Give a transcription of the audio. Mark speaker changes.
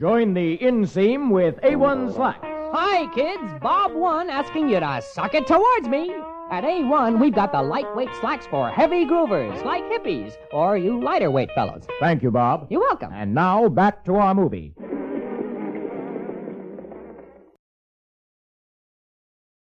Speaker 1: Join the inseam with A1 slacks.
Speaker 2: Hi, kids. Bob One asking you to suck it towards me. At A1, we've got the lightweight slacks for heavy groovers, like hippies, or you lighter weight fellows.
Speaker 1: Thank you, Bob.
Speaker 2: You're welcome.
Speaker 1: And now back to our movie.